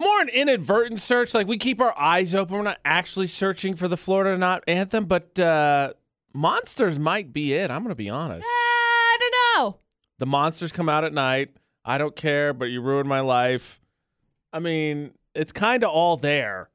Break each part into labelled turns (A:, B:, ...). A: more an inadvertent search. Like we keep our eyes open. We're not actually searching for the Florida not anthem, but uh, monsters might be it. I'm gonna be honest.
B: I don't know.
A: The monsters come out at night. I don't care, but you ruined my life. I mean, it's kind of all there.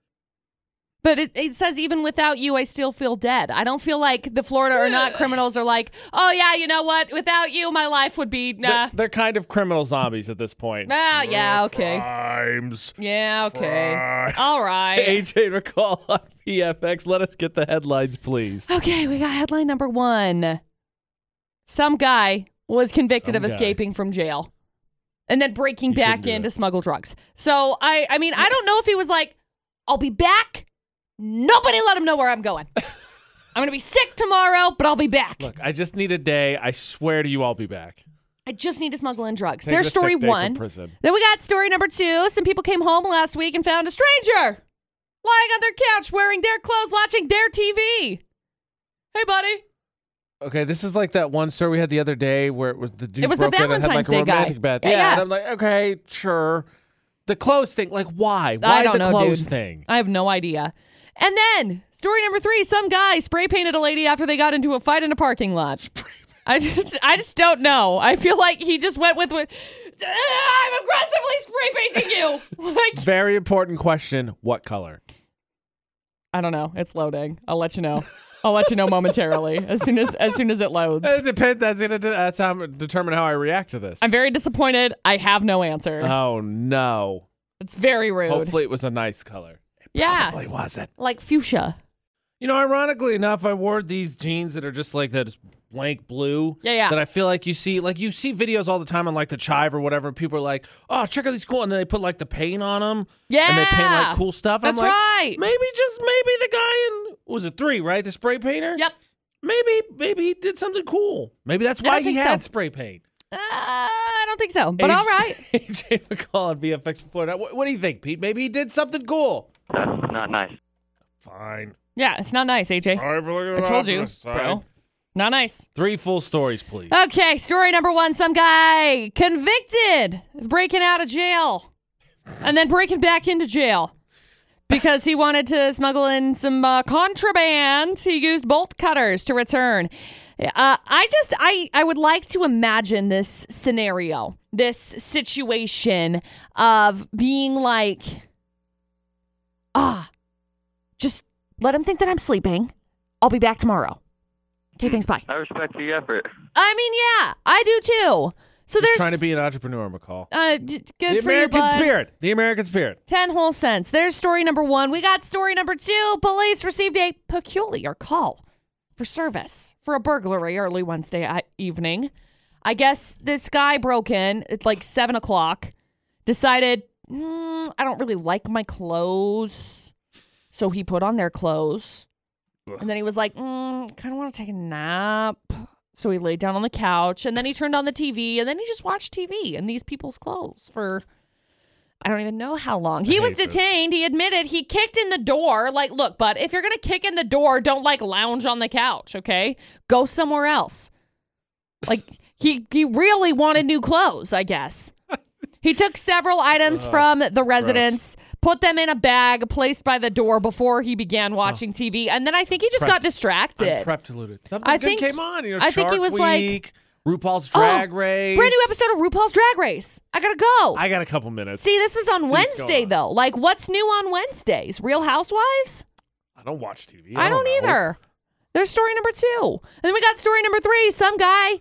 B: But it, it says even without you, I still feel dead. I don't feel like the Florida or not criminals are like, oh yeah, you know what? Without you, my life would be nah.
A: They're, they're kind of criminal zombies at this point.
B: Ah, yeah, okay,
A: Crimes.
B: yeah, okay,
A: Fry.
B: all right.
A: AJ recall on PFX. Let us get the headlines, please.
B: Okay, we got headline number one. Some guy was convicted
A: Some
B: of
A: guy.
B: escaping from jail and then breaking
A: You shouldn't
B: back
A: do
B: in
A: that.
B: to smuggle drugs. So I I mean, I don't know if he was like, I'll be back. Nobody let him know where I'm going. I'm gonna be sick tomorrow, but I'll be back.
A: Look, I just need a day. I swear to you, I'll be back.
B: I just need to smuggle in drugs.
A: Take
B: There's
A: the
B: story
A: sick day from
B: one.
A: prison.
B: Then we got story number two. Some people came home last week and found a stranger lying on their couch wearing their clothes, watching their TV. Hey, buddy.
A: Okay, this is like that one story we had the other day where it was the dude
B: It was the
A: broke in and had like
B: Valentine's
A: a
B: Day guy.
A: romantic bath.
B: Yeah, yeah.
A: and I'm like, okay, sure. The clothes thing, like, why? Why
B: I don't
A: the
B: know,
A: clothes
B: dude.
A: thing?
B: I have no idea. And then story number three: some guy spray painted a lady after they got into a fight in a parking lot. I just, I just don't know. I feel like he just went with, with I'm aggressively spray painting you. like
A: Very important question. What color?
B: I don't know. It's loading. I'll let you know. I'll let you know momentarily as soon as as soon as it loads.
A: It depends. That's gonna de- that's how I'm gonna determine how I react to this.
B: I'm very disappointed. I have no answer.
A: oh no!
B: it's very rude.
A: Hopefully, it was a nice color.
B: yeah,
A: Probably wasn't.
B: like fuchsia.
A: You know, ironically enough, I wore these jeans that are just like that blank blue.
B: Yeah, yeah.
A: That I feel like you see, like you see videos all the time on like the Chive or whatever. People are like, "Oh, check out these cool," and then they put like the paint on them. And they paint
B: Yeah.
A: like cool stuff.
B: That's
A: I'm like,
B: right.
A: Maybe just maybe the guy in was it three right? The spray painter.
B: Yep.
A: Maybe maybe he did something cool. Maybe that's
B: don't
A: why he
B: think
A: had
B: so.
A: spray paint.
B: Uh, I don't think so, but
A: AJ
B: all right.
A: AJ McCall on VFX Florida. What, what do you think, Pete? Maybe he did something cool.
C: That's not nice.
A: Fine.
B: Yeah, it's not nice, AJ. I told you, bro. Not nice.
A: Three full stories, please.
B: Okay, story number one: some guy convicted of breaking out of jail, and then breaking back into jail because he wanted to smuggle in some uh, contraband. He used bolt cutters to return. Uh, I just, I, I would like to imagine this scenario, this situation of being like, ah, just let him think that I'm sleeping. I'll be back tomorrow. Okay, thanks. Bye.
C: I respect the effort.
B: I mean, yeah, I do too. So
A: He's
B: there's
A: trying to be an entrepreneur, McCall.
B: uh, d- good
A: the
B: for you,
A: American
B: bud.
A: spirit. The American spirit.
B: Ten whole cents. There's story number one. We got story number two. Police received a peculiar call for service for a burglary early Wednesday i- evening. I guess this guy broke in at like seven o'clock. Decided "Mm, I don't really like my clothes, so he put on their clothes, and then he was like, mm, kind of want to take a nap. So he laid down on the couch, and then he turned on the TV, and then he just watched TV in these people's clothes for I don't even know how long. He was
A: hate this.
B: detained. He admitted he kicked in the door. Like, look, bud, if you're gonna kick in the door, don't like lounge on the couch, okay? Go somewhere else. Like he he really wanted new clothes, I guess. He took several
A: Uh,
B: items from the residence, put them in a bag placed by the door before he began watching TV, and then I think he just got
A: Prepped.
B: distracted.
A: I'm prep deluded. Something
B: I
A: good
B: think-
A: came on. You know,
B: I think he
A: Shark
B: was like-
A: Week, RuPaul's
B: Oh,
A: Drag Race.
B: Brand new episode of RuPaul's Drag Race. I gotta go.
A: I got a couple minutes.
B: See, this was on
A: what's
B: Wednesday
A: going
B: though. Like, what's new on Wednesdays? Real Housewives?
A: I don't watch TV.
B: I don't,
A: know.
B: either. There's story number two, and then we got story number three. Some guy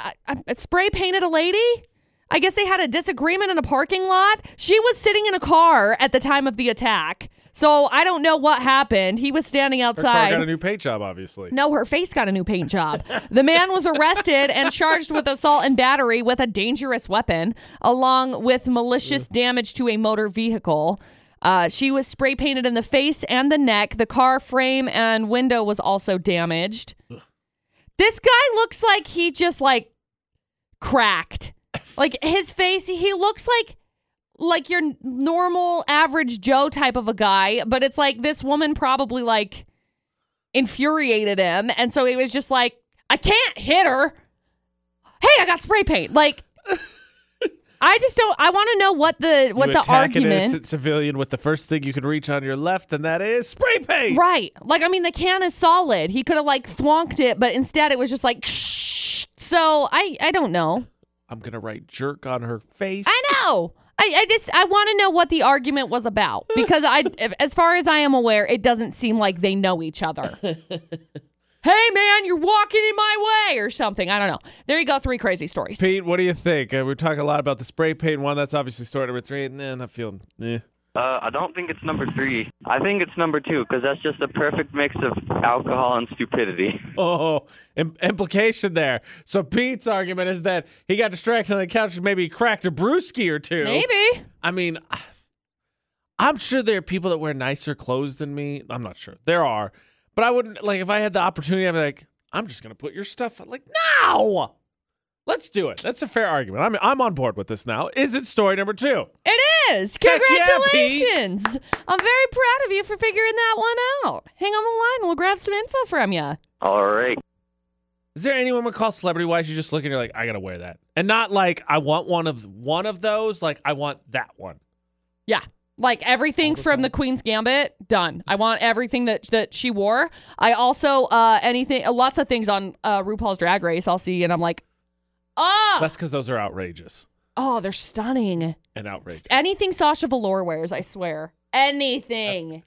B: uh, uh, spray painted a lady. I guess they had a disagreement in a parking lot. She was sitting in a car at the time of the attack, so I don't know what happened. He was standing
A: Her car
B: outside.
A: got a new paint job, obviously.
B: No, her face got a new paint job. The man was arrested and charged with assault and battery with a dangerous weapon, along with malicious damage to a motor vehicle. Uh, she was spray painted in the face and the neck. The car frame and window was also damaged. This guy looks like he just like cracked. Like his face, he looks like like your n- normal average Joe type of a guy, but it's like this woman probably like infuriated him. And so he was just like, I can't hit her. Hey, I got spray paint. Like, I just don't. I want to know what the what
A: you
B: the
A: attack an
B: argument.
A: innocent civilian with the first thing you can reach on your left, and that is spray paint.
B: Right. Like, I mean, the can is solid. He could have like thwonked it, but instead it was just like, shh. So I, I don't know.
A: I'm gonna write jerk on her face.
B: I know. I, I just, I want to know what the argument was about because I, if- as far as I am aware, it doesn't seem like they know each other. hey, man, you're walking in my way or something. I don't know. There you go. Three crazy stories.
A: Pete, what do you think? Uh, we're talking a lot about the spray paint one. That's obviously story number three. And then I'm feeling. Eh.
C: Uh, I don't think it's number three. I think it's number two because that's just the perfect mix of alcohol and stupidity.
A: Oh, im- implication there. So Pete's argument is that he got distracted on the couch, and maybe cracked a brewski or two.
B: Maybe.
A: I mean, I'm sure there are people that wear nicer clothes than me. I'm not sure. There are. But I wouldn't, like, if I had the opportunity, I'd be like, I'm just going to put your stuff on. Like, no! Let's do it. That's a fair argument. I'm, I'm on board with this now. Is it story number two?
B: It is.
A: Heck yeah, Pete.
B: Congratulations. I'm very proud of you for figuring that one out. Hang on the line. and We'll grab some info from you.
C: All right.
A: Is there anyone we call celebrity wise? You just look and you're like, I gotta wear that, and not like I want one of one of those. Like I want that one.
B: Yeah. Like everything from the Queen's Gambit, done. I want everything that that she wore. I also uh anything lots of things on uh RuPaul's Drag Race I'll see and I'm like, "Oh,
A: That's because those are outrageous
B: oh, they're stunning."
A: and outrageous.
B: Anything Sasha Velour wears, I swear. Anything.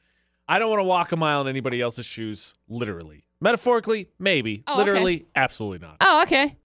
A: I don't want to walk a mile in anybody else's shoes. Literally, metaphorically, maybe.
B: Oh, okay.
A: Literally, absolutely not.
B: Oh, okay.